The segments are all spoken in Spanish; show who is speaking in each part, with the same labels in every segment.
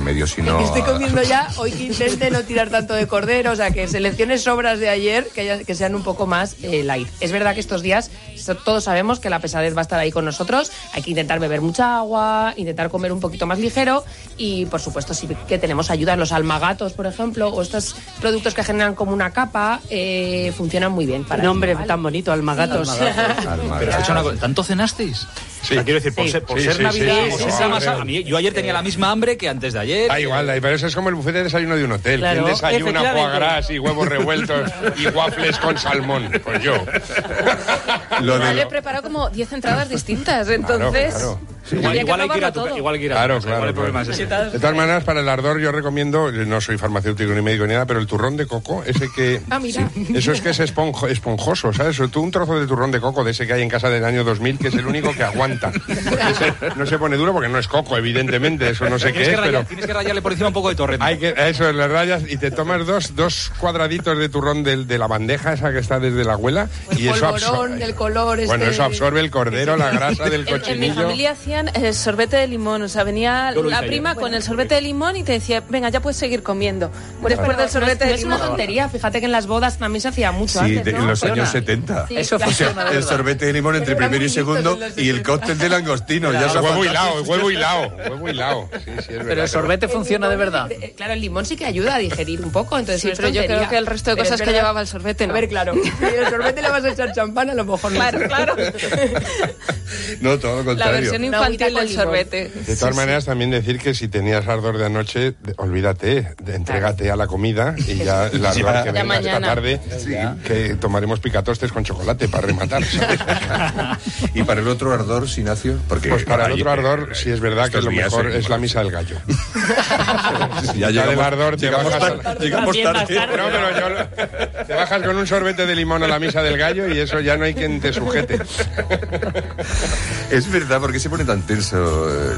Speaker 1: remedio sino.
Speaker 2: Estoy comiendo ya, hoy que intente no tirar tanto de cordero, o sea, que selecciones sobras de ayer que, haya- que sean un poco más eh, light. Es verdad que estos días so- todos sabemos que la pesadez va a estar ahí con nosotros, hay que intentar beber mucha agua, intentar comer un poquito más ligero y, por supuesto, sí que tenemos ayuda en los almagatos, por ejemplo, o estos productos que generan como una capa, eh, funcionan muy bien para
Speaker 3: Nombre
Speaker 2: ello, ¿vale?
Speaker 3: tan bonito, Almagatos.
Speaker 4: Pero escucha una cosa, ¿tanto cenasteis?
Speaker 5: O sea, quiero decir, por
Speaker 3: Sí.
Speaker 5: ser, por
Speaker 6: Sí,
Speaker 5: ser
Speaker 6: sí,
Speaker 5: Navidad,
Speaker 6: sí,
Speaker 5: por
Speaker 6: sí,
Speaker 5: ser
Speaker 6: sí.
Speaker 5: la masa- a mí- yo ayer tenía la misma hambre que antes de ayer.
Speaker 6: Da igual, da igual, pero eso es como el buffet de desayuno de un hotel.
Speaker 3: Claro,
Speaker 6: ¿Quién desayuna foie
Speaker 3: efectivamente.
Speaker 6: gras y huevos revueltos y waffles con salmón? Pues yo.
Speaker 1: Lo de
Speaker 7: Vale,
Speaker 1: lo-
Speaker 7: he preparado como 10 entradas distintas, entonces.
Speaker 6: claro.
Speaker 5: Igual,
Speaker 7: habría que
Speaker 5: igual hay que ir a tu,
Speaker 7: probarlo todo.
Speaker 5: igual hay que ir a tu
Speaker 6: Claro,
Speaker 5: casa,
Speaker 6: claro,
Speaker 5: igual el problema
Speaker 6: claro.
Speaker 5: es ese.
Speaker 6: De todas maneras, para el ardor yo recomiendo, eh, no soy farmacéutico ni médico ni nada, pero el turrón de coco, ese que...
Speaker 2: Ah, mira.
Speaker 6: Eso es que es esponjo- esponjoso, ¿sabes? Sobre todo un trozo de turrón de coco de ese que hay en casa del año 2000, que es el único que aguanta. Ese no se pone duro porque no es coco, evidentemente, eso no sé qué
Speaker 5: Tienes
Speaker 6: es,
Speaker 5: que, rayar-
Speaker 6: pero...
Speaker 5: tienes que rayarle por encima un poco de torreta.
Speaker 6: Hay que, eso, en las rayas, y te tomas dos, dos cuadraditos de turrón del- de, la bandeja esa que está desde la abuela.
Speaker 2: El
Speaker 6: y eso
Speaker 2: polvorón
Speaker 6: absorbe.
Speaker 2: del color
Speaker 6: Bueno,
Speaker 2: este.
Speaker 6: eso absorbe el cordero, la grasa
Speaker 7: En,
Speaker 6: del
Speaker 7: en mi
Speaker 6: cochinillo.
Speaker 7: familia hacían eh, sorbete de limón, o sea, venía
Speaker 5: Yo lo
Speaker 7: la
Speaker 5: hice
Speaker 7: prima
Speaker 5: ayer.
Speaker 7: con el sorbete de limón y te decía, venga, ya puedes seguir comiendo. Después del sorbete
Speaker 2: no
Speaker 7: de
Speaker 2: es, no es una
Speaker 7: limón.
Speaker 2: tontería, fíjate que en las bodas también se hacía mucho
Speaker 1: Sí,
Speaker 2: antes,
Speaker 1: de-
Speaker 2: ¿no?
Speaker 1: en los
Speaker 2: Funciona.
Speaker 1: años 70.
Speaker 2: Eso
Speaker 1: O sea,
Speaker 2: funciona,
Speaker 1: el
Speaker 2: ¿verdad?
Speaker 1: sorbete de limón entre
Speaker 2: Pero eran
Speaker 1: primero y
Speaker 2: muy listos
Speaker 1: segundo
Speaker 2: en los
Speaker 1: y el
Speaker 2: 70.
Speaker 1: cóctel de langostino. Ya
Speaker 6: El
Speaker 1: son
Speaker 6: huevo
Speaker 1: fantásticos.
Speaker 6: hilado, el huevo hilado, el huevo hilado. Sí, sí, es
Speaker 4: Pero
Speaker 6: verdad.
Speaker 4: el sorbete
Speaker 2: El
Speaker 4: funciona de
Speaker 2: limón,
Speaker 4: verdad.
Speaker 2: eh, Claro, el limón sí que ayuda a digerir un poco, entonces
Speaker 7: Sí,
Speaker 2: no es
Speaker 7: pero yo
Speaker 2: tontería.
Speaker 7: creo que el resto de
Speaker 2: Pero
Speaker 7: cosas
Speaker 2: es
Speaker 7: que
Speaker 2: verdad-
Speaker 7: llevaba el sorbete, no.
Speaker 2: A ver, claro, si el sorbete le vas a echar champán, a lo mejor no.
Speaker 7: Claro, claro.
Speaker 1: No, todo lo
Speaker 7: La
Speaker 1: contrario.
Speaker 7: versión
Speaker 2: Una
Speaker 7: infantil
Speaker 2: agüita con
Speaker 7: del
Speaker 2: limón.
Speaker 7: sorbete.
Speaker 6: De todas maneras, también decir que si tenías ardor de anoche, de- olvídate, de- entrégate a la comida y ya el ardor que venga esta
Speaker 7: mañana.
Speaker 6: tarde, que tomaremos picatostes con chocolate para rematar. ¿sabes?
Speaker 1: Y para el otro ardor, Sinacio, porque
Speaker 6: Pues para el
Speaker 1: ahí- eh,
Speaker 6: otro ardor, sí es verdad que
Speaker 1: estos
Speaker 6: lo
Speaker 1: días,
Speaker 6: mejor
Speaker 1: eh,
Speaker 6: es la misa del gallo.
Speaker 1: Ya
Speaker 6: Ya
Speaker 1: llegamos,
Speaker 6: del ardor te
Speaker 1: llegamos,
Speaker 6: bajas
Speaker 1: tar-
Speaker 6: a la-
Speaker 1: llegamos
Speaker 3: También
Speaker 1: tarde.
Speaker 3: más tarde.
Speaker 6: No, pero yo lo- te bajas con un sorbete de limón a la misa del gallo y eso ya no hay quien te sujete.
Speaker 1: Es verdad, porque se pone tan tenso eh,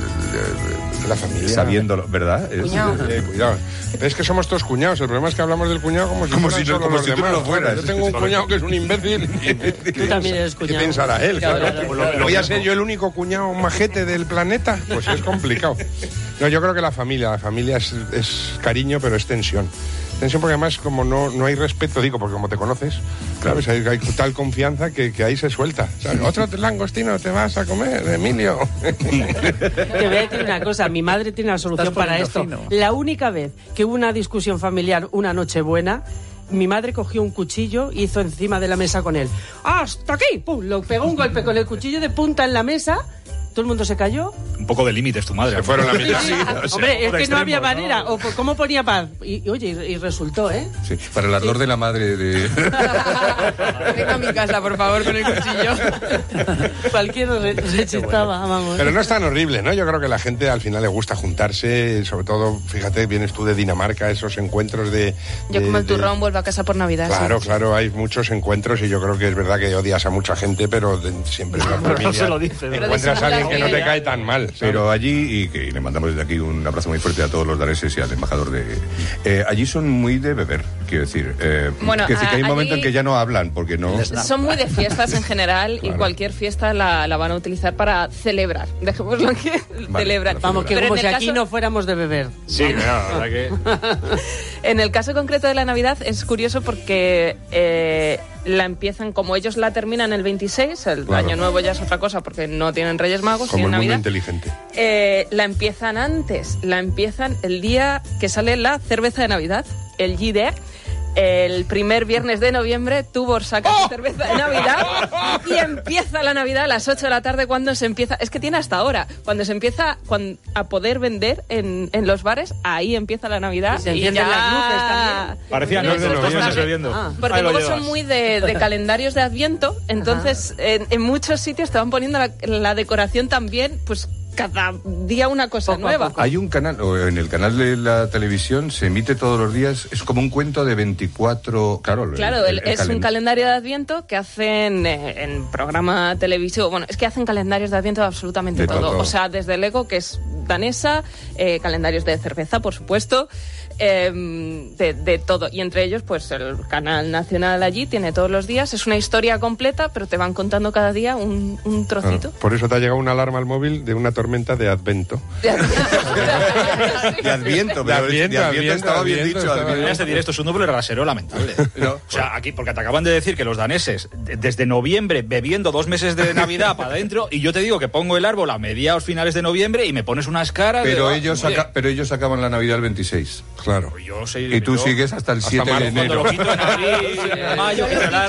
Speaker 6: La familia.
Speaker 1: sabiéndolo, ¿verdad? Es-
Speaker 6: Eh, cuidado. Es que somos todos cuñados. El problema es que hablamos del cuñado como si,
Speaker 1: Como
Speaker 6: fueran
Speaker 1: si no-
Speaker 6: solo
Speaker 1: como
Speaker 6: los
Speaker 1: si tú no
Speaker 6: demás.
Speaker 1: lo fueras.
Speaker 6: Claro, Yo tengo un cuñado que es un imbécil. Tú
Speaker 3: también eres cuñado.
Speaker 6: ¿Qué pensará él?
Speaker 3: Claro,
Speaker 6: Claro. pues
Speaker 3: claro, claro.
Speaker 6: ¿Voy a ser yo el único cuñado majete del planeta? Pues es complicado. No, yo creo que la familia, la familia es, es cariño, pero es tensión. Tensión porque además como no, no hay respeto, digo, porque como te conoces, claro, hay, hay tal confianza que, que ahí se suelta. O sea, Otro langostino te vas a comer, Emilio.
Speaker 3: Te voy a decir una cosa, mi madre tiene la solución
Speaker 4: Estás
Speaker 3: para
Speaker 4: poniendo
Speaker 3: esto.
Speaker 4: fino.
Speaker 3: La única vez que hubo una discusión familiar una noche buena, mi madre cogió un cuchillo y hizo encima de la mesa con él. ¡Hasta aquí! ¡Pum! Lo pegó un golpe con el cuchillo de punta en la mesa. Todo el mundo se cayó.
Speaker 5: Un poco de límites, tu madre.
Speaker 6: Se fueron la mitad.
Speaker 3: Hombre, es que no había
Speaker 5: extremos,
Speaker 3: manera. O, po- ¿Cómo ponía paz? Y, y oye, y, y resultó, ¿eh?
Speaker 1: Sí, para el ardor de la madre de...
Speaker 2: Venga a mi casa, por favor, con el cuchillo.
Speaker 3: Cualquiera re- rechistaba, vamos.
Speaker 6: Pero no es tan horrible, ¿no? Yo creo que la gente al final le gusta juntarse, sobre todo, fíjate, vienes tú de Dinamarca, esos encuentros de...
Speaker 7: Yo
Speaker 6: de-
Speaker 7: como el
Speaker 6: de-
Speaker 7: turrón vuelvo a casa por Navidad. sí.
Speaker 6: Claro, claro, hay muchos encuentros y yo creo que es verdad que odias a mucha gente, pero de- siempre en la familia
Speaker 4: se lo dices, ¿no?
Speaker 6: encuentras a alguien que no te cae tan mal. ¿sabes?
Speaker 1: Pero allí, y, que, y le mandamos desde aquí un abrazo muy fuerte a todos los daneses y al embajador de... eh, allí son muy de beber, quiero decir. eh,
Speaker 7: Bueno,
Speaker 1: que, sí, que hay
Speaker 7: a-
Speaker 1: un momento en
Speaker 7: allí-
Speaker 1: que ya no hablan, porque no...
Speaker 7: Son muy de fiestas ¿eh? en general y cualquier fiesta la, la van a utilizar para celebrar. Dejémoslo en que
Speaker 1: Vale,
Speaker 7: celebrar.
Speaker 1: para
Speaker 3: Vamos, que
Speaker 7: Pero
Speaker 3: como
Speaker 7: en
Speaker 3: si
Speaker 7: el
Speaker 3: aquí
Speaker 7: caso-
Speaker 3: no fuéramos de beber.
Speaker 5: Sí, no, la verdad que...
Speaker 7: En el caso concreto de la Navidad es curioso porque eh, la empiezan, como ellos la terminan el 26, el
Speaker 6: Claro.
Speaker 7: Año Nuevo ya es otra cosa porque no tienen Reyes Magos,
Speaker 6: Como
Speaker 7: tienen
Speaker 6: el mundo
Speaker 7: Navidad.
Speaker 6: inteligente.
Speaker 7: Eh, la empiezan antes, la empiezan el día que sale la cerveza de Navidad, el GD. El primer viernes de noviembre Tubor saca su cerveza de Navidad y empieza la Navidad a las 8 de la tarde cuando se empieza, es que tiene hasta ahora, cuando se empieza cuan- a poder vender en, en los bares, ahí empieza la Navidad.
Speaker 3: Y se encienden
Speaker 7: ya-
Speaker 3: las luces también.
Speaker 5: Parecía no
Speaker 7: Eso
Speaker 5: de
Speaker 7: es
Speaker 5: noviembre
Speaker 7: bastante-
Speaker 5: sucediendo.
Speaker 3: Ah,
Speaker 7: porque
Speaker 5: Ahí lo
Speaker 7: luego
Speaker 5: llevas.
Speaker 7: son muy de, de calendarios de Adviento, entonces en, en muchos sitios te van poniendo la, la decoración también, pues cada día una cosa
Speaker 3: Poco a
Speaker 7: nueva.
Speaker 1: Hay un canal, o en el canal de la televisión se emite todos los días, es como un cuento de 24, claro. el-
Speaker 7: Claro,
Speaker 1: el-
Speaker 7: el-
Speaker 1: el
Speaker 7: es un
Speaker 1: calen-
Speaker 7: calendario de Adviento que hacen eh, en programa televisivo. Bueno, es que hacen calendarios de Adviento de absolutamente
Speaker 1: De
Speaker 7: todo.
Speaker 1: todo.
Speaker 7: O sea, desde el ego, que es Hortanesa, eh, calendarios de cerveza, por supuesto, em, de, de todo. Y entre ellos, pues el canal nacional allí tiene todos los días. Es una historia completa, pero te van contando cada día un, un
Speaker 6: Claro,
Speaker 7: trocito.
Speaker 6: por eso te ha llegado una alarma al móvil de una tormenta de Advento.
Speaker 1: De Adviento, pero
Speaker 6: De
Speaker 1: de Adviento
Speaker 6: Adviento,
Speaker 1: estaba bien
Speaker 6: Adviento,
Speaker 1: dicho.
Speaker 6: estaba
Speaker 1: Adviento.
Speaker 5: En este directo es un doble rasero lamentable.
Speaker 1: No.
Speaker 5: O sea, aquí, porque te acaban de decir que los daneses, de- desde noviembre, bebiendo dos meses de Navidad para adentro, y yo te digo que pongo el árbol a mediados finales de noviembre y me pones unas caras. de,
Speaker 1: Pero
Speaker 5: "Ah,
Speaker 1: ellos,
Speaker 5: oye,
Speaker 1: saca- pero ellos acaban la Navidad el 26.
Speaker 6: Claro.
Speaker 5: pues yo soy-
Speaker 1: Y tú
Speaker 5: yo-
Speaker 1: sigues hasta el 7 de
Speaker 6: marzo,
Speaker 5: Cuando
Speaker 1: enero.
Speaker 5: lo quito en abril, en
Speaker 1: Ah,
Speaker 5: mayo, que será-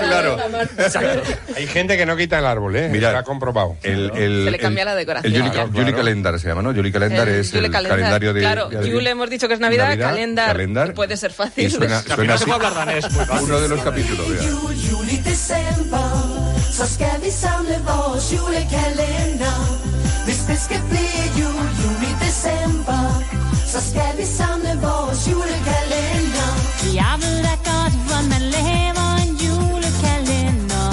Speaker 1: Claro.
Speaker 6: Hay gente que no quita el árbol, ¿eh?
Speaker 1: Mirad,
Speaker 6: Está comprobado.
Speaker 1: El, el-
Speaker 7: Se le cambia
Speaker 1: el-
Speaker 7: la decoración,
Speaker 1: El Juli,
Speaker 7: claro,
Speaker 1: Juli
Speaker 6: claro.
Speaker 1: Calendar se llama, ¿no? Juli Calendar
Speaker 7: El
Speaker 1: es
Speaker 7: Yule
Speaker 1: el
Speaker 7: Calendar.
Speaker 1: calendario de.
Speaker 7: Claro,
Speaker 1: de Adviento.
Speaker 7: Yule hemos dicho que es Navidad, calendar,
Speaker 1: calendar.
Speaker 7: puede ser fácil.
Speaker 1: Y suena-
Speaker 7: Al
Speaker 5: Al final
Speaker 1: suena
Speaker 5: se
Speaker 1: así.
Speaker 5: puede hablar danés. pues. muy fácil.
Speaker 1: Uno de los capítulos, vea.
Speaker 8: Juledecember, så skal vi samle vores julekalender. Hvis det skal blive jul, jul i december, så skal vi samle vores julekalender.
Speaker 9: Jeg ved da godt, hvordan laver en julekalender.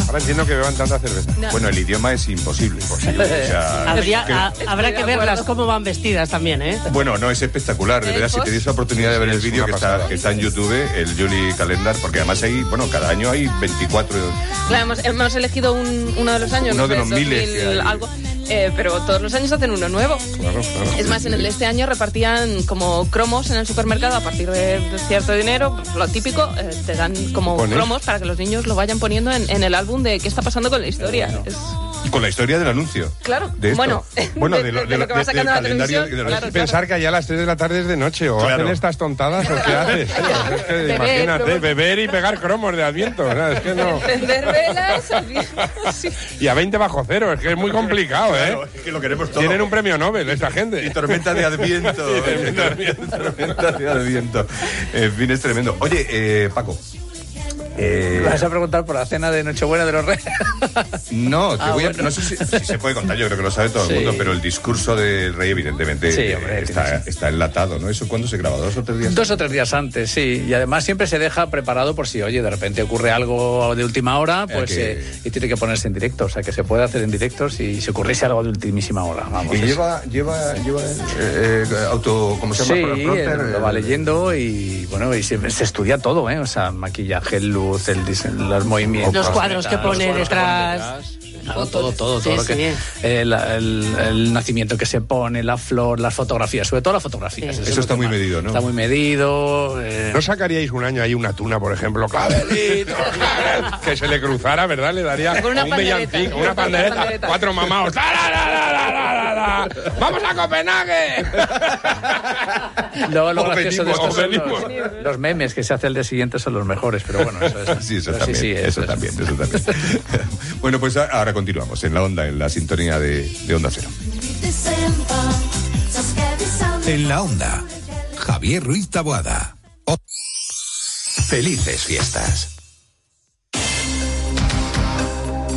Speaker 6: Ahora entiendo que beban tanta cerveza.
Speaker 1: Bueno, el idioma es imposible. imposible, o sea,
Speaker 3: Habría-
Speaker 1: que-
Speaker 3: a- habrá que
Speaker 7: Estoy de
Speaker 3: verlas
Speaker 7: acuerdo.
Speaker 3: cómo van vestidas también, ¿eh?
Speaker 1: Bueno, no, es espectacular, de
Speaker 7: Eh,
Speaker 1: verdad, si
Speaker 7: post-
Speaker 1: tenéis la oportunidad de ver el
Speaker 6: es
Speaker 1: vídeo
Speaker 6: una
Speaker 1: que está,
Speaker 6: pasada.
Speaker 1: que está en YouTube, el Juli Calendar, porque además hay, bueno, cada año hay 24...
Speaker 7: Claro, hemos, hemos elegido un- uno de los años.
Speaker 1: Uno
Speaker 7: no
Speaker 1: de
Speaker 7: sé,
Speaker 1: los miles que hay.
Speaker 7: algo, eh, pero todos los años hacen uno nuevo.
Speaker 6: Claro, claro.
Speaker 7: Es más, en el de este año repartían como cromos en el supermercado a partir de cierto dinero, lo típico, eh, te dan como
Speaker 6: Pones.
Speaker 7: cromos para que los niños lo vayan poniendo en, en el álbum de qué está pasando con la historia. Es-
Speaker 1: Con la historia del anuncio.
Speaker 7: Claro,
Speaker 1: De esto.
Speaker 7: bueno,
Speaker 1: bueno, de,
Speaker 7: de-
Speaker 1: lo,
Speaker 7: de
Speaker 1: de
Speaker 7: lo que va
Speaker 1: de-
Speaker 7: sacando la
Speaker 1: del calendario
Speaker 7: televisión,
Speaker 1: y de los-
Speaker 7: claro.
Speaker 6: Y Pensar que allá a las 3 de la tarde es de noche o
Speaker 1: Claro.
Speaker 6: hacen estas tontadas o qué haces. Pues Es que
Speaker 7: Beber,
Speaker 6: imagínate,
Speaker 7: pero-
Speaker 6: beber y pegar cromos de adviento. ¿no? Es que no.
Speaker 7: Encender velas, sí.
Speaker 6: Y a 20 bajo cero, es que es muy complicado, ¿eh?
Speaker 1: Claro, es que lo queremos todo.
Speaker 6: Tienen un premio Nobel esta gente.
Speaker 1: Y tormenta de adviento. tormenta de adviento. En fin, es tremendo. Oye, eh, Paco. eh,
Speaker 4: Vas a preguntar por la cena de Nochebuena de los Reyes.
Speaker 1: no, te
Speaker 4: Ah,
Speaker 1: voy a-
Speaker 4: bueno.
Speaker 1: no sé si, si se puede contar, yo creo que lo sabe todo
Speaker 4: Sí.
Speaker 1: el mundo, pero el discurso del rey, evidentemente,
Speaker 4: Sí,
Speaker 1: eh,
Speaker 4: hombre,
Speaker 1: está,
Speaker 4: tiene-
Speaker 1: está enlatado, ¿no? ¿Eso cuándo se graba? ¿Dos o tres días?
Speaker 4: Dos o tres días antes, sí. Y además siempre se deja preparado por si, oye, de repente ocurre algo de última hora, pues
Speaker 1: que-
Speaker 4: eh, y tiene que ponerse en directo. O sea, que se puede hacer en directo si se ocurriese algo de ultimísima hora. Vamos,
Speaker 1: Y
Speaker 4: eso.
Speaker 1: lleva, lleva, lleva eh, eh, auto, ¿cómo se
Speaker 4: Sí,
Speaker 1: llama? Pro-
Speaker 4: eh,
Speaker 1: prompter,
Speaker 4: lo va
Speaker 1: eh,
Speaker 4: leyendo y bueno, y se, se estudia todo, ¿eh? O sea, maquillaje, luz, el diseño, los movimientos.
Speaker 3: Los cuadros que
Speaker 4: los
Speaker 3: pone
Speaker 4: cuadros que
Speaker 3: detrás.
Speaker 4: pone detrás. Claro, todo, todo, todo.
Speaker 3: Sí,
Speaker 4: lo que-
Speaker 3: sí.
Speaker 4: el, el- el nacimiento que se pone, la flor, las fotografías, sobre todo las fotografías.
Speaker 3: Sí.
Speaker 4: es
Speaker 1: Eso
Speaker 4: lo
Speaker 1: está
Speaker 4: que
Speaker 1: muy
Speaker 4: más-
Speaker 1: medido, ¿no?
Speaker 4: Está muy medido. eh,
Speaker 6: ¿No sacaríais un año ahí una tuna, por ejemplo? ¡Clavelito! que se le cruzara, ¿verdad? Le daría
Speaker 7: Con una
Speaker 6: un
Speaker 7: pandereta.
Speaker 6: villancico, una pandereta,
Speaker 7: Pandereta.
Speaker 6: cuatro mamados. ¡La, la, la, la, la, la, la, la! ¡Vamos a Copenhague!
Speaker 4: Luego lo
Speaker 6: O
Speaker 4: gracioso de
Speaker 6: venimos,
Speaker 4: esto
Speaker 6: o
Speaker 4: son los,
Speaker 6: venimos.
Speaker 4: los memes que se hace el día siguiente son los mejores, pero bueno, eso es.
Speaker 1: Sí, eso
Speaker 4: pero
Speaker 1: también.
Speaker 4: sí,
Speaker 1: eso, también, eso también. bueno, pues a- ahora continuamos en la onda, en la sintonía de, de Onda Cero.
Speaker 8: Jul i december, så skal vi samle
Speaker 10: En la onda, Javier Ruiz Taboada. O- Felices fiestas.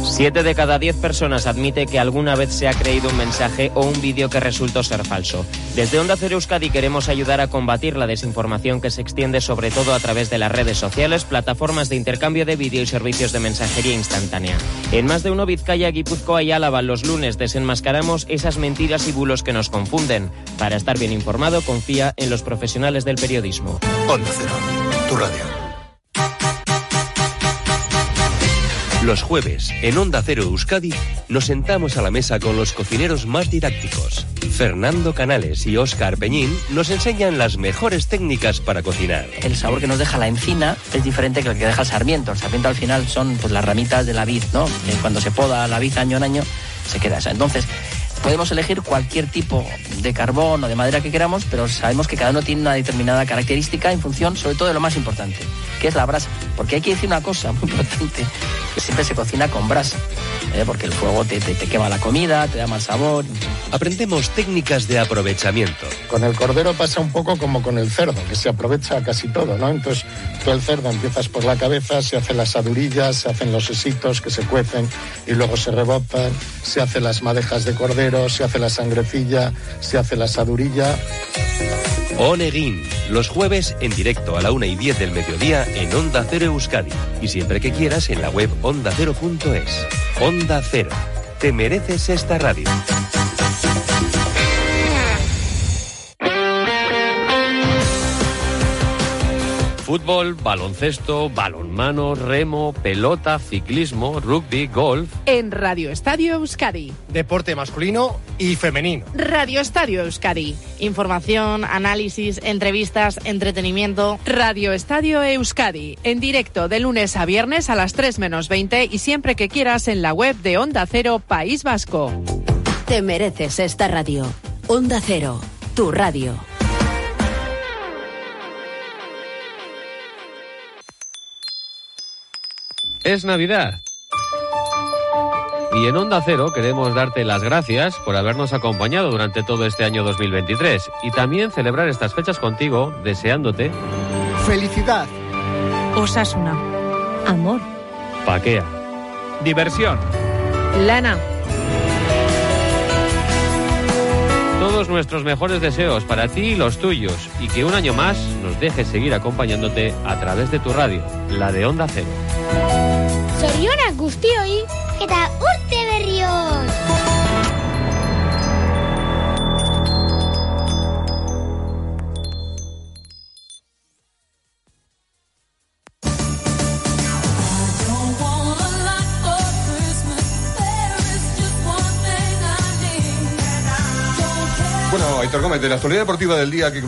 Speaker 11: Siete de cada diez personas admite que alguna vez se ha creído un mensaje o un vídeo que resultó ser falso. Desde Onda Cero Euskadi queremos ayudar a combatir la desinformación que se extiende sobre todo a través de las redes sociales, plataformas de intercambio de vídeo y servicios de mensajería instantánea. En más de uno Vizcaya, Guipúzcoa y Álava los lunes desenmascaramos esas mentiras y bulos que nos confunden. Para estar bien informado confía en los profesionales del periodismo.
Speaker 10: Onda Cero, tu radio.
Speaker 12: Los jueves, en Onda Cero Euskadi, nos sentamos a la mesa con los cocineros más didácticos. Fernando Canales y Óscar Peñín nos enseñan las mejores técnicas para cocinar.
Speaker 11: El sabor que nos deja la encina es diferente que el que deja el sarmiento. El sarmiento al final son pues, las ramitas de la vid, ¿no? Que cuando se poda la vid año en año, se queda esa. Entonces, podemos elegir cualquier tipo de carbón o de madera que queramos, pero sabemos que cada uno tiene una determinada característica en función, sobre todo, de lo más importante, que es la brasa. Porque hay que decir una cosa muy importante, que siempre se cocina con brasa, ¿eh? porque el fuego te, te- te quema la comida, te da mal sabor.
Speaker 12: Aprendemos técnicas de aprovechamiento.
Speaker 11: Con el cordero pasa un poco como con el cerdo, que se aprovecha casi todo, ¿no? Entonces, tú el cerdo empiezas por la cabeza, se hacen las adurillas, se hacen los sesitos que se cuecen y luego se rebotan, se hacen las madejas de cordero, se hace la sangrecilla, se hace la sadurilla.
Speaker 12: Oneguín, los jueves en directo a la 1 y 10 del mediodía en Onda Cero Euskadi. Y siempre que quieras en la web ondacero.es. Onda Cero. Te mereces esta radio.
Speaker 13: Fútbol, baloncesto, balonmano, remo, pelota, ciclismo, rugby, golf.
Speaker 14: En Radio Estadio Euskadi.
Speaker 13: Deporte masculino y femenino.
Speaker 14: Radio Estadio Euskadi. Información, análisis, entrevistas, entretenimiento. Radio Estadio Euskadi. En directo de lunes a viernes a las 3 menos 20 y siempre que quieras en la web de Onda Cero País Vasco.
Speaker 15: Te mereces esta radio. Onda Cero, tu radio.
Speaker 13: Es Navidad. Y en Onda Cero queremos darte las gracias por habernos acompañado durante todo este año 2023 y también celebrar estas fechas contigo, deseándote
Speaker 16: Felicidad.
Speaker 9: Osasuna. Amor.
Speaker 13: paquea. Diversión.
Speaker 9: Lana.
Speaker 13: Todos nuestros mejores deseos para ti y los tuyos y que un año más nos dejes seguir acompañándote a través de tu radio, la de Onda Cero.
Speaker 17: Zorionak guztioi eta urte berri hon!
Speaker 1: Bueno, Aitor Gómez, de la actualidad deportiva del día que...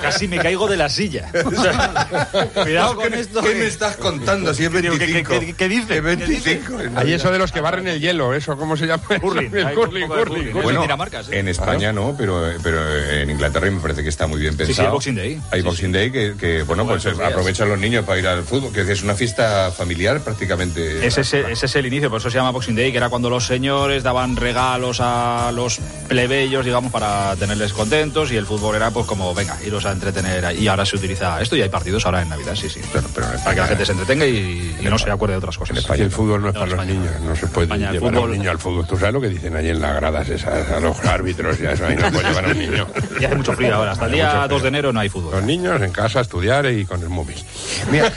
Speaker 5: Casi me caigo de la silla. O sea, cuidado con esto.
Speaker 1: ¿Qué me estás contando si es 25?
Speaker 5: ¿Qué, qué dice?
Speaker 1: Es 25. en
Speaker 6: Hay
Speaker 1: Navidad.
Speaker 6: eso de los que barren el hielo, eso, ¿cómo se llama?
Speaker 5: Curling,
Speaker 6: El
Speaker 5: hay un
Speaker 6: curling,
Speaker 5: poco de
Speaker 6: curling.
Speaker 5: curling.
Speaker 1: Bueno,
Speaker 5: Dinamarca, sí.
Speaker 1: en España no, pero, pero en Inglaterra me parece que está muy bien
Speaker 5: Sí, sí,
Speaker 1: pensado.
Speaker 5: el Boxing Day.
Speaker 1: Hay Boxing Day que, que, bueno, pues
Speaker 5: estos días.
Speaker 1: aprovechan los niños para ir al fútbol, que es una fiesta familiar prácticamente.
Speaker 5: Ese es, el- ese es el inicio, por eso se llama Boxing Day, que era cuando los señores daban regalos a los plebeyos, digamos, para tenerles contentos, y el fútbol era pues como, venga, iros a entretener. ahí. Y ahora se utiliza esto y hay partidos ahora en Navidad, sí, sí. para que la gente se entretenga y, y no se acuerde de otras cosas.
Speaker 6: Aquí el fútbol no es para los niños, no se puede
Speaker 5: España, el
Speaker 6: llevar a un
Speaker 5: fútbol-
Speaker 6: niño al fútbol. ¿Tú sabes lo que dicen ahí en las gradas esas, a los árbitros y a eso? Ahí no puede llevar a un niño.
Speaker 5: Y hace mucho frío ahora, hasta el día
Speaker 6: Hace mucho
Speaker 5: 2 de enero no hay fútbol.
Speaker 6: Los niños en casa a estudiar y con el móvil. Mira.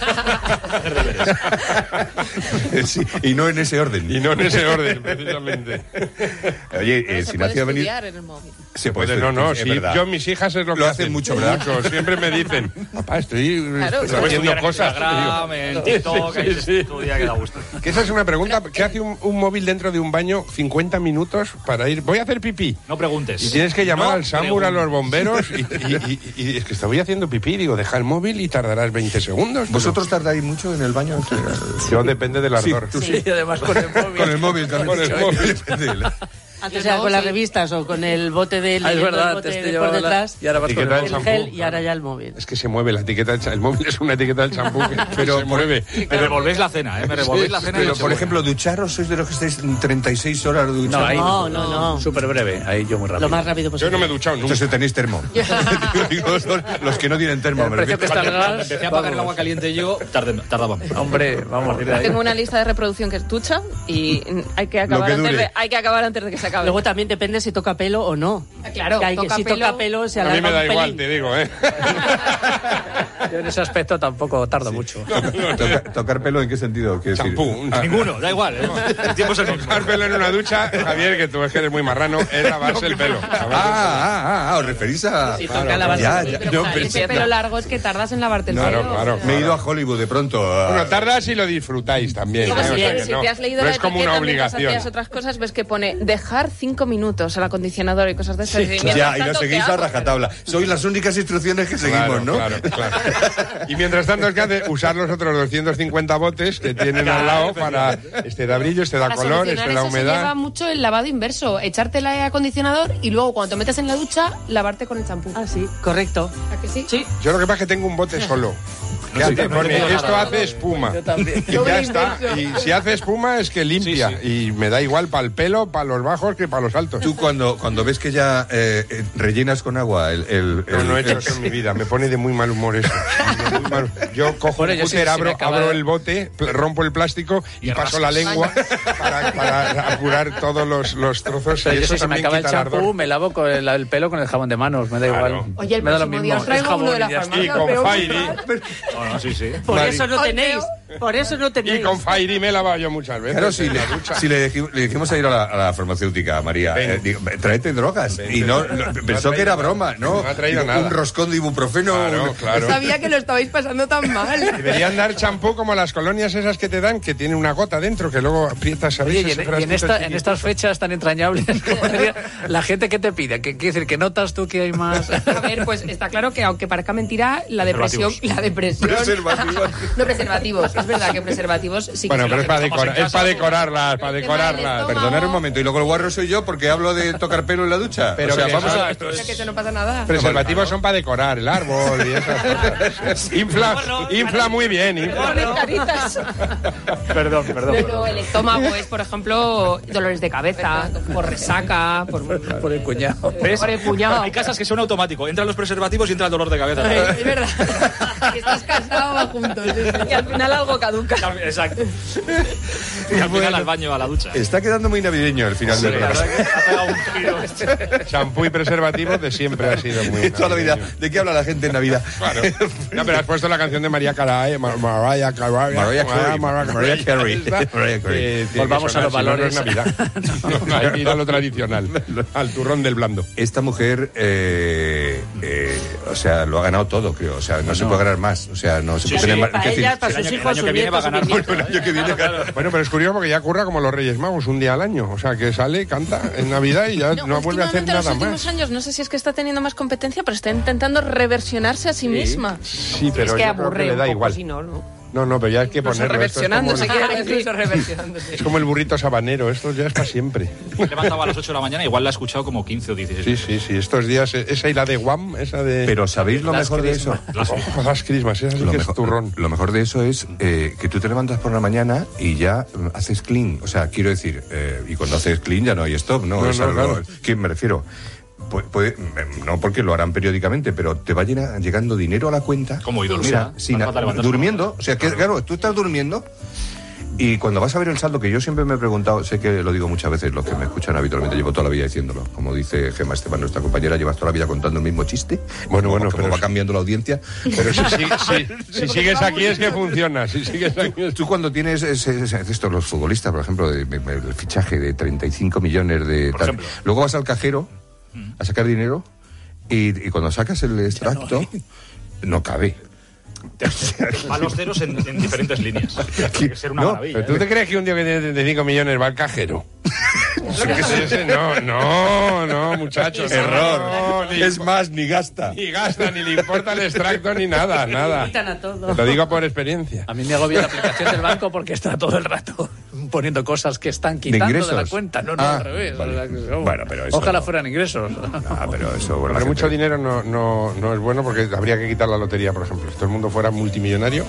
Speaker 1: Sí, y no en ese orden.
Speaker 6: Y no en ese orden, precisamente.
Speaker 1: Pues Oye, eh,
Speaker 6: se
Speaker 1: si
Speaker 6: puede
Speaker 1: nació a venir.
Speaker 6: estudiar
Speaker 14: en el móvil.
Speaker 1: Se
Speaker 6: Puede, no,
Speaker 1: estudiar,
Speaker 6: no,
Speaker 1: es
Speaker 6: sí,
Speaker 1: verdad.
Speaker 6: yo mis hijas es lo que
Speaker 1: Lo hacen mucho, ¿verdad?
Speaker 6: Mucho, siempre me dicen, papá, estoy
Speaker 1: Claro,
Speaker 6: estoy haciendo
Speaker 1: estudiar en
Speaker 6: cosas.
Speaker 1: Instagram,
Speaker 6: Y
Speaker 1: en
Speaker 6: Sí,
Speaker 1: TikTok,
Speaker 6: sí,
Speaker 1: ahí
Speaker 6: sí,
Speaker 1: se
Speaker 6: sí.
Speaker 1: estudia, que da gusto.
Speaker 6: Que esa es una pregunta, ¿qué hace un, un móvil dentro de un baño 50 minutos para ir, voy a hacer pipí?
Speaker 5: No preguntes.
Speaker 6: Y tienes que llamar
Speaker 5: No
Speaker 6: al SAMUR, a los
Speaker 5: preguntes.
Speaker 6: bomberos, y, y- y- y es que estoy haciendo pipí, digo, deja el móvil y tardarás 20 segundos.
Speaker 1: ¿Vosotros tardáis mucho en el baño? en general?
Speaker 6: Yo depende del
Speaker 1: Sí,
Speaker 6: ardor.
Speaker 1: tú sí.
Speaker 4: además con el móvil.
Speaker 1: Con el móvil también.
Speaker 6: Con el móvil.
Speaker 3: Antes era con las revistas o con el bote de
Speaker 4: Ah, es
Speaker 3: leyendo el
Speaker 4: verdad,
Speaker 3: bote
Speaker 4: antes te
Speaker 3: de por
Speaker 4: llevaba la-
Speaker 3: detrás.
Speaker 4: y ahora vas
Speaker 6: ¿Y
Speaker 4: con
Speaker 6: qué
Speaker 4: el
Speaker 6: tal
Speaker 3: el
Speaker 6: champú?
Speaker 3: gel y ahora ya el móvil.
Speaker 6: Es que se mueve la etiqueta, del cha- el móvil es una etiqueta del champú que
Speaker 1: Pero
Speaker 6: se
Speaker 1: por-
Speaker 6: mueve.
Speaker 5: Me revolvéis la cena, ¿eh? Me revolvéis la cena. y
Speaker 1: Pero,
Speaker 5: no se
Speaker 1: por
Speaker 5: vuelve.
Speaker 1: ejemplo, ducharos sois de los que estáis 36 horas duchados.
Speaker 4: No, ahí
Speaker 3: No, no, no.
Speaker 4: Súper breve, ahí yo muy
Speaker 3: Lo
Speaker 4: rápido.
Speaker 3: más rápido posible.
Speaker 6: me he duchado nunca.
Speaker 1: Entonces tenéis termo. Digo, son los que no tienen termo. me
Speaker 4: precio
Speaker 1: refiero.
Speaker 4: que está el gas.
Speaker 5: Empecé a pagar el agua caliente yo, tardé- tardábamos.
Speaker 4: Hombre, vamos a ir ahí.
Speaker 7: Tengo una lista de reproducción que es tucha y mm, hay que acabar,
Speaker 4: que
Speaker 7: antes,
Speaker 4: dure.
Speaker 7: de, hay que acabar antes de que se acabe.
Speaker 3: Luego también depende si toca pelo o no.
Speaker 7: claro,
Speaker 3: Que hay que-
Speaker 7: toca
Speaker 3: si
Speaker 7: pelo-
Speaker 3: toca pelo se
Speaker 6: A mí
Speaker 3: alarga
Speaker 6: me da
Speaker 3: un
Speaker 6: igual,
Speaker 3: pelín.
Speaker 6: te digo, ¿eh?
Speaker 4: Yo en ese aspecto tampoco tardo mucho.
Speaker 1: Toca- ¿Tocar pelo en qué sentido? Quiero decir,
Speaker 6: Champú.
Speaker 1: ah,
Speaker 5: Ninguno, da igual. ¿eh? El tiempo es el mismo.
Speaker 6: Lavar pelo en una ducha, Javier, que tú es que eres muy marrano, es lavarse el pelo.
Speaker 1: Ah, ah, ah, os referís a.
Speaker 2: Si toca lavarse
Speaker 1: Ya,
Speaker 2: el
Speaker 1: ya,
Speaker 2: pelo,
Speaker 1: no,
Speaker 2: para
Speaker 1: pensé-
Speaker 2: ese pelo largo es que tardas en lavarte el
Speaker 1: no,
Speaker 2: pelo.
Speaker 1: no, Me he ido a Hollywood de pronto. Ah, a-
Speaker 6: Bueno, tardas y lo disfrutáis también.
Speaker 7: Y
Speaker 6: ¿eh?
Speaker 7: luego,
Speaker 6: O
Speaker 7: si,
Speaker 6: sea que
Speaker 7: si
Speaker 6: no,
Speaker 7: te has leído
Speaker 6: no
Speaker 7: la
Speaker 6: es como una
Speaker 7: etiqueta mientras
Speaker 6: obligación.
Speaker 7: hacías otras cosas, ves que pone dejar cinco minutos al acondicionador y cosas de esas. Y mientras
Speaker 1: ya, y lo
Speaker 7: tanto, ¿qué
Speaker 1: seguís a
Speaker 7: hago?
Speaker 1: rajatabla. Sois las únicas instrucciones que
Speaker 6: Claro,
Speaker 1: seguimos, ¿no?
Speaker 6: claro, claro. Y mientras tanto, ¿qué hace? Usar los otros 250 botes que tienen al lado para. Este da brillo, este da
Speaker 2: Para
Speaker 6: color,
Speaker 2: solucionar
Speaker 6: este da
Speaker 2: eso se lleva
Speaker 6: humedad.
Speaker 2: mucho el lavado inverso, echarte el acondicionador y luego cuando te metes en la ducha, lavarte con el champú.
Speaker 3: Ah, sí, correcto.
Speaker 2: ¿A que sí?
Speaker 3: Sí.
Speaker 6: Yo lo que pasa es que tengo un bote solo. ¿Qué
Speaker 5: sí,
Speaker 6: hace?
Speaker 5: no
Speaker 6: Pone,
Speaker 5: tengo nada.
Speaker 6: esto hace espuma. Y ya está. Y si hace espuma es que limpia. Y me da igual para el pelo, para los bajos que para los altos.
Speaker 1: Tú cuando, cuando ves que ya eh, eh, rellenas con agua el... el-
Speaker 6: No,
Speaker 1: el-
Speaker 6: no he hecho
Speaker 1: el-
Speaker 6: eso en mi vida. Me pone de muy mal humor eso. De muy mal- Yo cojo
Speaker 4: Bueno,
Speaker 6: un
Speaker 4: yo sí,
Speaker 6: cúter,
Speaker 4: sí me
Speaker 6: abro,
Speaker 4: acaba
Speaker 6: abro
Speaker 4: de-
Speaker 6: el bote, pl- rompo el plástico y, paso la lengua para, para apurar todos los, los trozos.
Speaker 4: Pero
Speaker 6: y
Speaker 4: yo
Speaker 6: eso
Speaker 4: sí, si me
Speaker 6: también
Speaker 4: acaba el
Speaker 6: quita ardor.
Speaker 4: champú, me lavo con el, el pelo con el jabón de manos, me da igual.
Speaker 2: Oye, el
Speaker 4: me da lo
Speaker 2: próximo
Speaker 4: mismo.
Speaker 2: día os traigo
Speaker 4: Es jabón
Speaker 2: uno de la
Speaker 4: y ya está.
Speaker 2: farmacia,
Speaker 6: Y con
Speaker 2: pero-
Speaker 6: Fairy.
Speaker 5: No, no, sí, sí.
Speaker 3: Por
Speaker 6: Vale.
Speaker 3: eso no tenéis Por eso no tenéis.
Speaker 6: Y con Fairy me he lavado yo muchas veces.
Speaker 1: Claro, si
Speaker 6: en
Speaker 1: le,
Speaker 6: la ducha.
Speaker 1: si le dijimos, le dijimos a ir a la, a la farmacéutica, María,
Speaker 6: Ven.
Speaker 1: eh, digo, tráete drogas. y no, no,
Speaker 6: No ha
Speaker 1: pensó que
Speaker 6: traído
Speaker 1: era
Speaker 6: nada.
Speaker 1: broma, ¿no?
Speaker 6: No ha traído
Speaker 1: Digo,
Speaker 6: nada.
Speaker 1: Un roscón de ibuprofeno.
Speaker 6: Claro,
Speaker 1: un-
Speaker 6: claro.
Speaker 2: Sabía que lo estabais pasando tan mal.
Speaker 6: Deberían dar champú como las colonias esas que te dan, que tiene una gota dentro, que luego aprietas a
Speaker 4: Oye,
Speaker 6: veces.
Speaker 4: y en,
Speaker 6: frasquito
Speaker 4: y en esta- en
Speaker 6: chiquitito.
Speaker 4: estas fechas tan entrañables, ¿cómo sería la gente que te pide, que quiere decir que notas tú que hay más.
Speaker 2: A ver, pues está claro que aunque parezca mentira, la depresión,
Speaker 4: Preservativos.
Speaker 2: la depresión.
Speaker 1: Preservativos.
Speaker 2: no preservativos, es verdad que preservativos sí que
Speaker 6: Bueno,
Speaker 2: son
Speaker 6: pero
Speaker 2: la
Speaker 6: es para,
Speaker 2: gente-
Speaker 6: decorar, es para decorarlas, para decorarlas.
Speaker 1: Perdonar un momento, y luego el guarro soy yo porque hablo de tocar pelo en la ducha.
Speaker 6: Pero
Speaker 1: o sea,
Speaker 6: que
Speaker 1: vamos
Speaker 6: no,
Speaker 1: a...
Speaker 6: esto
Speaker 2: O sea, que eso no pasa nada.
Speaker 6: Preservativos son para decorar el árbol y esas cosas. Infla, infla muy bien. infla.
Speaker 4: Perdón,
Speaker 2: Pero el estómago es, por ejemplo, dolores de cabeza, por resaca, por...
Speaker 4: Por el cuñado.
Speaker 5: ¿Ves?
Speaker 2: Por el puñado.
Speaker 5: Hay casas que son automático. Entran los preservativos y entra el dolor de cabeza.
Speaker 2: Es verdad. Estás casado juntos.
Speaker 7: Y al final algo caduca.
Speaker 5: Exacto. Y al final al baño, a la ducha.
Speaker 1: Está quedando muy navideño el final del programa.
Speaker 6: Champú y preservativos de siempre ha sido muy.
Speaker 1: Toda la vida.
Speaker 6: navideño.
Speaker 1: ¿De qué habla la gente en Navidad?
Speaker 6: Claro. No, pero has puesto la canción de María Caray, Mar- Mariah Carey. Eh,
Speaker 1: Mariah Carey. Mariah Carey. Mariah Carey.
Speaker 4: Volvamos a los valores.
Speaker 6: No es Navidad. No, hay que ir a lo tradicional, al turrón del blando.
Speaker 1: Esta mujer, eh, eh, o sea, lo ha ganado todo, creo. O sea, no, se puede ganar más. O sea, no se
Speaker 3: Sí,
Speaker 1: puede
Speaker 3: sí,
Speaker 1: tener más.
Speaker 3: para
Speaker 1: quiero
Speaker 3: ella,
Speaker 1: decir,
Speaker 3: para
Speaker 1: el
Speaker 3: sus
Speaker 1: año- el
Speaker 3: hijos,
Speaker 1: año que
Speaker 3: sus
Speaker 1: viene va a
Speaker 3: nietos,
Speaker 1: ganar.
Speaker 3: sus nietos.
Speaker 1: Bueno, el año que viene gana.
Speaker 6: Bueno, pero es curioso porque ya curra como los Reyes Magos, un día al año. O sea, que sale, canta en Navidad y ya no, vuelve a hacer
Speaker 7: últimamente, los
Speaker 6: nada
Speaker 7: últimos
Speaker 6: más.
Speaker 7: años, no sé si es que está teniendo más competencia, pero está intentando reversionarse a sí misma.
Speaker 6: Sí, pero
Speaker 2: es que
Speaker 6: yo creo
Speaker 2: aburre
Speaker 6: le
Speaker 2: un
Speaker 6: da
Speaker 2: poco,
Speaker 6: igual.
Speaker 2: si no, ¿no?
Speaker 6: No, no, pero ya hay que
Speaker 7: Incluso
Speaker 6: ponerlo. Esto es, como
Speaker 7: reversionándose,
Speaker 6: el,
Speaker 2: Ah,
Speaker 7: quiere decir.
Speaker 2: Incluso reversionándose.
Speaker 6: es como el burrito sabanero, esto ya es para siempre.
Speaker 5: Me he levantado a las 8 de la mañana, igual la he escuchado como 15 o 16.
Speaker 6: Sí, sí, sí. Estos días, eh, esa y la de Guam, esa de.
Speaker 1: Pero ¿sabéis lo
Speaker 4: Las
Speaker 1: mejor de eso?
Speaker 5: Las-
Speaker 6: Oh, las crismas, esa sí que es turrón.
Speaker 1: lo mejor de eso es eh, que tú te levantas por la mañana y ya mm, haces clean. O sea, quiero decir, eh, y cuando haces clean ya no hay stop, ¿no?
Speaker 6: No,
Speaker 1: O sea,
Speaker 6: no,
Speaker 1: lo-
Speaker 6: claro.
Speaker 1: ¿Quién me refiero? Pu- puede- mm, no porque lo harán periódicamente, pero te va llena- llegando dinero a la cuenta.
Speaker 5: Como ídolos,
Speaker 1: Mira,
Speaker 5: ¿no?
Speaker 1: sin
Speaker 5: Hace
Speaker 1: a-
Speaker 5: falta levantarse.
Speaker 1: durmiendo. O sea, que, claro, tú estás durmiendo. Y cuando vas a ver el saldo, que yo siempre me he preguntado, sé que lo digo muchas veces, los que me escuchan habitualmente, llevo toda la vida diciéndolo. Como dice Gemma Esteban, nuestra compañera, llevas toda la vida contando el mismo chiste.
Speaker 6: Bueno, bueno,
Speaker 1: como, como
Speaker 6: pero-
Speaker 1: va cambiando la audiencia.
Speaker 6: Pero si, si- si- si sigues aquí es que funciona. Si sigues aquí es-
Speaker 1: Tú cuando tienes ese- ese- esto, los futbolistas, por ejemplo, de- de- el fichaje de 35 millones de...
Speaker 5: Por
Speaker 1: tal,
Speaker 5: ejemplo. Mm.
Speaker 1: luego vas al cajero a sacar dinero y, y cuando sacas el extracto no cabe.
Speaker 5: Va a los ceros en, en diferentes líneas. Tiene que ser una
Speaker 1: No,
Speaker 5: maravilla.
Speaker 6: Pero tú
Speaker 5: ¿eh?
Speaker 6: te crees que un tío que tiene 35 millones va al cajero. Ese No, no, no, muchachos. No, ni,
Speaker 1: es más, ni gasta.
Speaker 6: ni gasta, ni le importa el extracto, ni nada, nada.
Speaker 3: Invitan a todo.
Speaker 6: Te Lo digo por experiencia.
Speaker 4: A mí me agobia la aplicación del banco porque está todo el rato poniendo cosas que están
Speaker 1: ¿De
Speaker 4: quitando de, la
Speaker 1: ingresos?
Speaker 4: cuenta. No, no,
Speaker 1: Ah,
Speaker 4: al revés.
Speaker 1: vale.
Speaker 4: O sea, que- oh,
Speaker 1: Bueno, pero eso
Speaker 4: Ojalá
Speaker 1: no.
Speaker 4: fueran ingresos.
Speaker 1: Ah, pero eso... bueno, la
Speaker 6: Pero mucho
Speaker 1: gente-
Speaker 6: dinero no, no, no es bueno porque habría que quitar la lotería, por ejemplo. Si todo el mundo fuera multimillonario,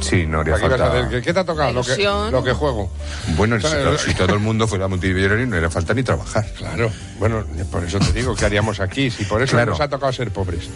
Speaker 1: Sí, no haría
Speaker 6: ¿para qué, vas a
Speaker 1: falta...
Speaker 6: hacer? ¿Qué- qué te ha tocado? Lo que,
Speaker 7: Ilusión.
Speaker 6: lo que juego.
Speaker 1: Bueno, si,
Speaker 6: Claro.
Speaker 1: si todo el mundo fuera multimillonario no haría falta ni trabajar.
Speaker 6: Claro. Bueno, por eso te digo, ¿qué haríamos aquí? Si por eso
Speaker 1: Claro.
Speaker 6: nos ha tocado ser pobres.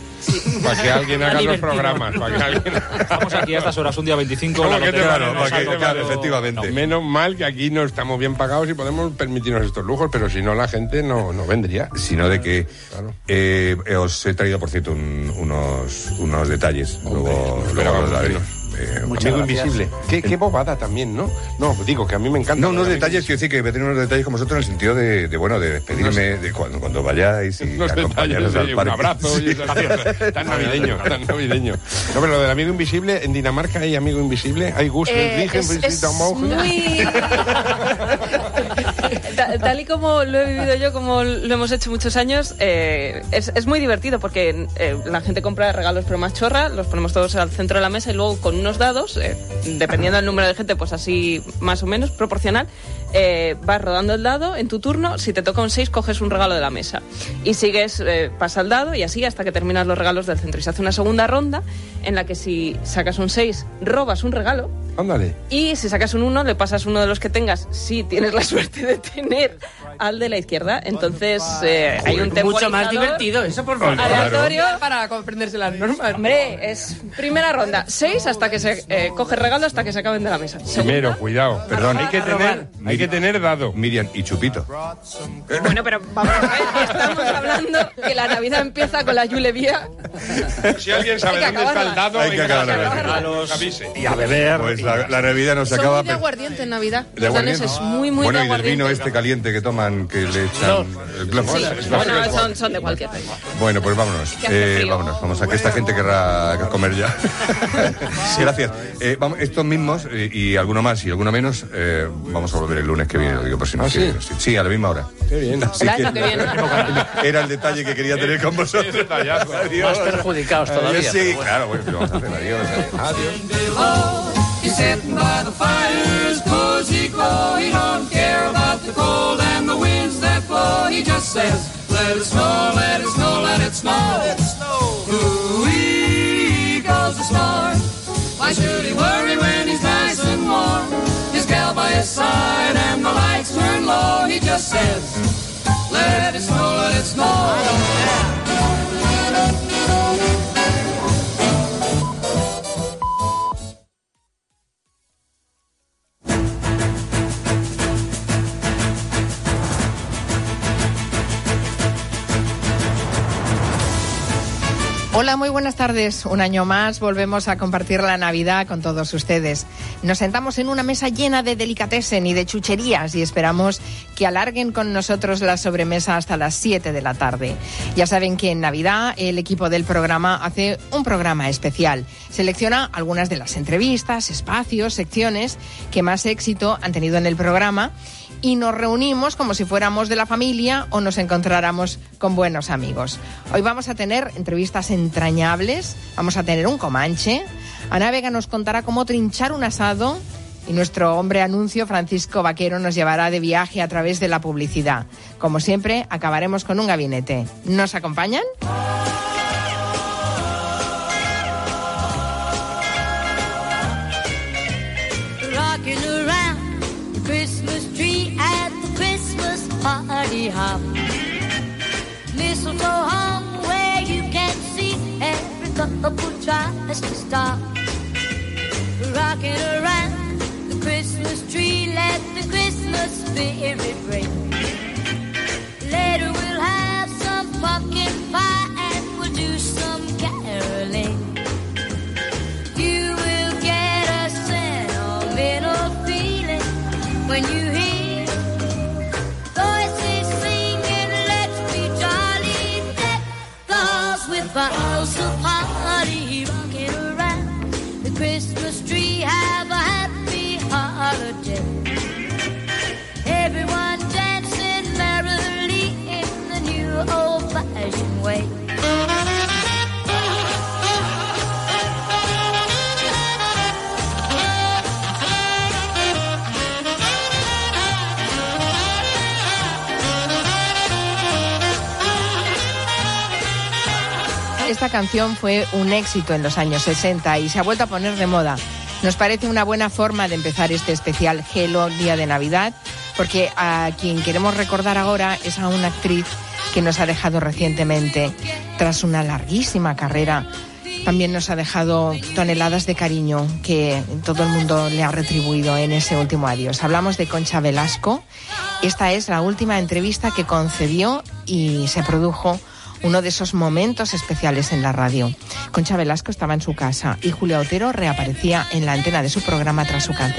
Speaker 6: Para que alguien haga los programas. Para que alguien...
Speaker 5: Estamos aquí a estas horas, un día 25.
Speaker 6: ¿Cómo
Speaker 5: la
Speaker 6: que te
Speaker 5: lotería
Speaker 6: claro,
Speaker 5: nos
Speaker 1: para
Speaker 5: ha
Speaker 1: que-
Speaker 5: tocado-
Speaker 1: claro, efectivamente.
Speaker 5: No.
Speaker 6: Menos mal que aquí no estamos bien pagados y podemos permitirnos estos lujos, pero si no la gente no, no vendría.
Speaker 1: sino de que
Speaker 6: Claro.
Speaker 1: eh, eh, os he traído, por cierto, un- unos, unos detalles. luego luego
Speaker 6: esperábamos
Speaker 1: los daré.
Speaker 6: menos.
Speaker 1: Eh,
Speaker 6: Amigo invisible. Qué, qué bobada también, ¿no? No, digo que a mí me encanta.
Speaker 1: No, unos
Speaker 6: Amigo
Speaker 1: detalles, quiero decir que voy a tener unos detalles con vosotros en el sentido de, de, bueno, de despedirme de cuando, cuando vayáis y
Speaker 6: Unos
Speaker 1: acompañaros
Speaker 6: detalles,
Speaker 1: al
Speaker 6: sí, un
Speaker 1: parque.
Speaker 6: abrazo. y
Speaker 1: Sí.
Speaker 6: esas cosas. tan navideño, tan navideño. No, pero lo del amigo invisible, en Dinamarca hay amigo invisible, hay pues, gusto,
Speaker 7: Eh,
Speaker 6: dije,
Speaker 7: es, es muy... Ta- Tal y como lo he vivido yo, como lo hemos hecho muchos años, eh, es, es muy divertido porque eh, la gente compra regalos pero más chorra, los ponemos todos al centro de la mesa y luego con unos dados, eh, dependiendo del número de gente, pues así más o menos proporcional, eh, vas rodando el dado en tu turno, si te toca un 6 coges un regalo de la mesa y sigues, eh, pasa el dado y así hasta que terminas los regalos del centro. Y se hace una segunda ronda en la que si sacas un 6 robas un regalo.
Speaker 6: Ándale.
Speaker 7: Y si sacas un 1, le pasas uno de los que tengas, si tienes la suerte de tener al de la izquierda. Entonces eh, hay un temporizador.
Speaker 3: Mucho más divertido, eso por favor.
Speaker 7: Aleatorio.
Speaker 2: Para comprenderse las normas.
Speaker 7: Hombre, es primera ronda. Seis hasta que se eh, coge regalo hasta que se acaben de la mesa.
Speaker 6: Primero, cuidado.
Speaker 1: Perdón.
Speaker 6: Hay que tener, hay que tener dado.
Speaker 1: Miriam y Chupito.
Speaker 7: Bueno, pero vamos a ver, estamos hablando que la Navidad empieza con la llulevía.
Speaker 6: Si alguien sabe
Speaker 7: Hay que
Speaker 6: dónde está el
Speaker 7: acabarla.
Speaker 6: dado,
Speaker 1: Hay que
Speaker 6: venga,
Speaker 1: acabarla.
Speaker 6: a los- avise.
Speaker 4: Y a beber.
Speaker 1: Pues La, la Navidad no se
Speaker 7: Son
Speaker 1: acaba.
Speaker 7: muy de
Speaker 1: pero-
Speaker 7: aguardiente en Navidad.
Speaker 1: ¿De
Speaker 7: Los
Speaker 1: aguardiente?
Speaker 7: daneses, muy, muy
Speaker 1: bueno,
Speaker 7: de
Speaker 1: y del
Speaker 7: aguardiente.
Speaker 1: vino este caliente que toman, que le echan. eh, la-
Speaker 7: Sí,
Speaker 1: es la-
Speaker 7: bueno, son, son de cualquier país.
Speaker 1: Bueno, pues vámonos.
Speaker 7: Que hace
Speaker 1: Eh,
Speaker 7: frío.
Speaker 1: vámonos, vamos a que esta gente querrá comer ya. Sí, Gracias. Eh, vamos, estos mismos eh, y alguno más y alguno menos, eh, vamos a volver el lunes que viene, lo digo por si no
Speaker 6: ¿Ah,
Speaker 1: quiere-
Speaker 6: sí?
Speaker 1: sí, a la misma hora.
Speaker 6: Qué bien.
Speaker 1: Así que- Era el detalle que quería tener con vosotros. Adiós.
Speaker 4: Más perjudicados todavía,
Speaker 1: Adiós,
Speaker 4: pero
Speaker 1: Sí, claro, bueno, ¿qué vamos a hacer? Adiós. Adiós.
Speaker 8: He's sitting by the fire's cozy glow. He don't care about the cold and the winds that blow. He just says, let it snow, let it snow, let it snow. Let it snow. Ooh-wee goes the star. Why should he worry when he's nice and warm? His gal by his side and the lights turn low. He just says, let it snow, let it snow. I don't care.
Speaker 16: Hola, muy buenas tardes. Un año más volvemos a compartir la Navidad con todos ustedes. Nos sentamos en una mesa llena de delicatessen y de chucherías y esperamos que alarguen con nosotros la sobremesa hasta las 7 de la tarde. Ya saben que en Navidad el equipo del programa hace un programa especial. Selecciona algunas de las entrevistas, espacios, secciones que más éxito han tenido en el programa y nos reunimos como si fuéramos de la familia o nos encontráramos con buenos amigos. Hoy vamos a tener entrevistas entrañables, vamos a tener un comanche, Ana Vega nos contará cómo trinchar un asado y nuestro hombre anuncio Francisco Vaquero nos llevará de viaje a través de la publicidad. Como siempre, acabaremos con un gabinete. ¿Nos acompañan?
Speaker 9: Rocking around the Christmas tree at the Christmas party hop. Mistletoe hung where you can see every couple tries to stop. Rocking around the Christmas tree, let the Christmas spirit ring. Later we'll have some pumpkin pie and we'll do some caroling. You will get a sentimental feeling when you hear voices singing, let's be jolly. Deck the halls with bottles of party, rocking around the Christmas tree. Have a happy holiday. Everyone dancing merrily in the new old-fashioned
Speaker 16: Esta canción fue un éxito en los años 60 y se ha vuelto a poner de moda. Nos parece una buena forma de empezar este especial Hello Día de Navidad, porque a quien queremos recordar ahora es a una actriz que nos ha dejado recientemente, tras una larguísima carrera. También nos ha dejado toneladas de cariño que todo el mundo le ha retribuido en ese último adiós. Hablamos de Concha Velasco. Esta es la última entrevista que concedió y se produjo uno de esos momentos especiales en la radio. Concha Velasco estaba en su casa y Julia Otero reaparecía en la antena de su programa tras su cáncer.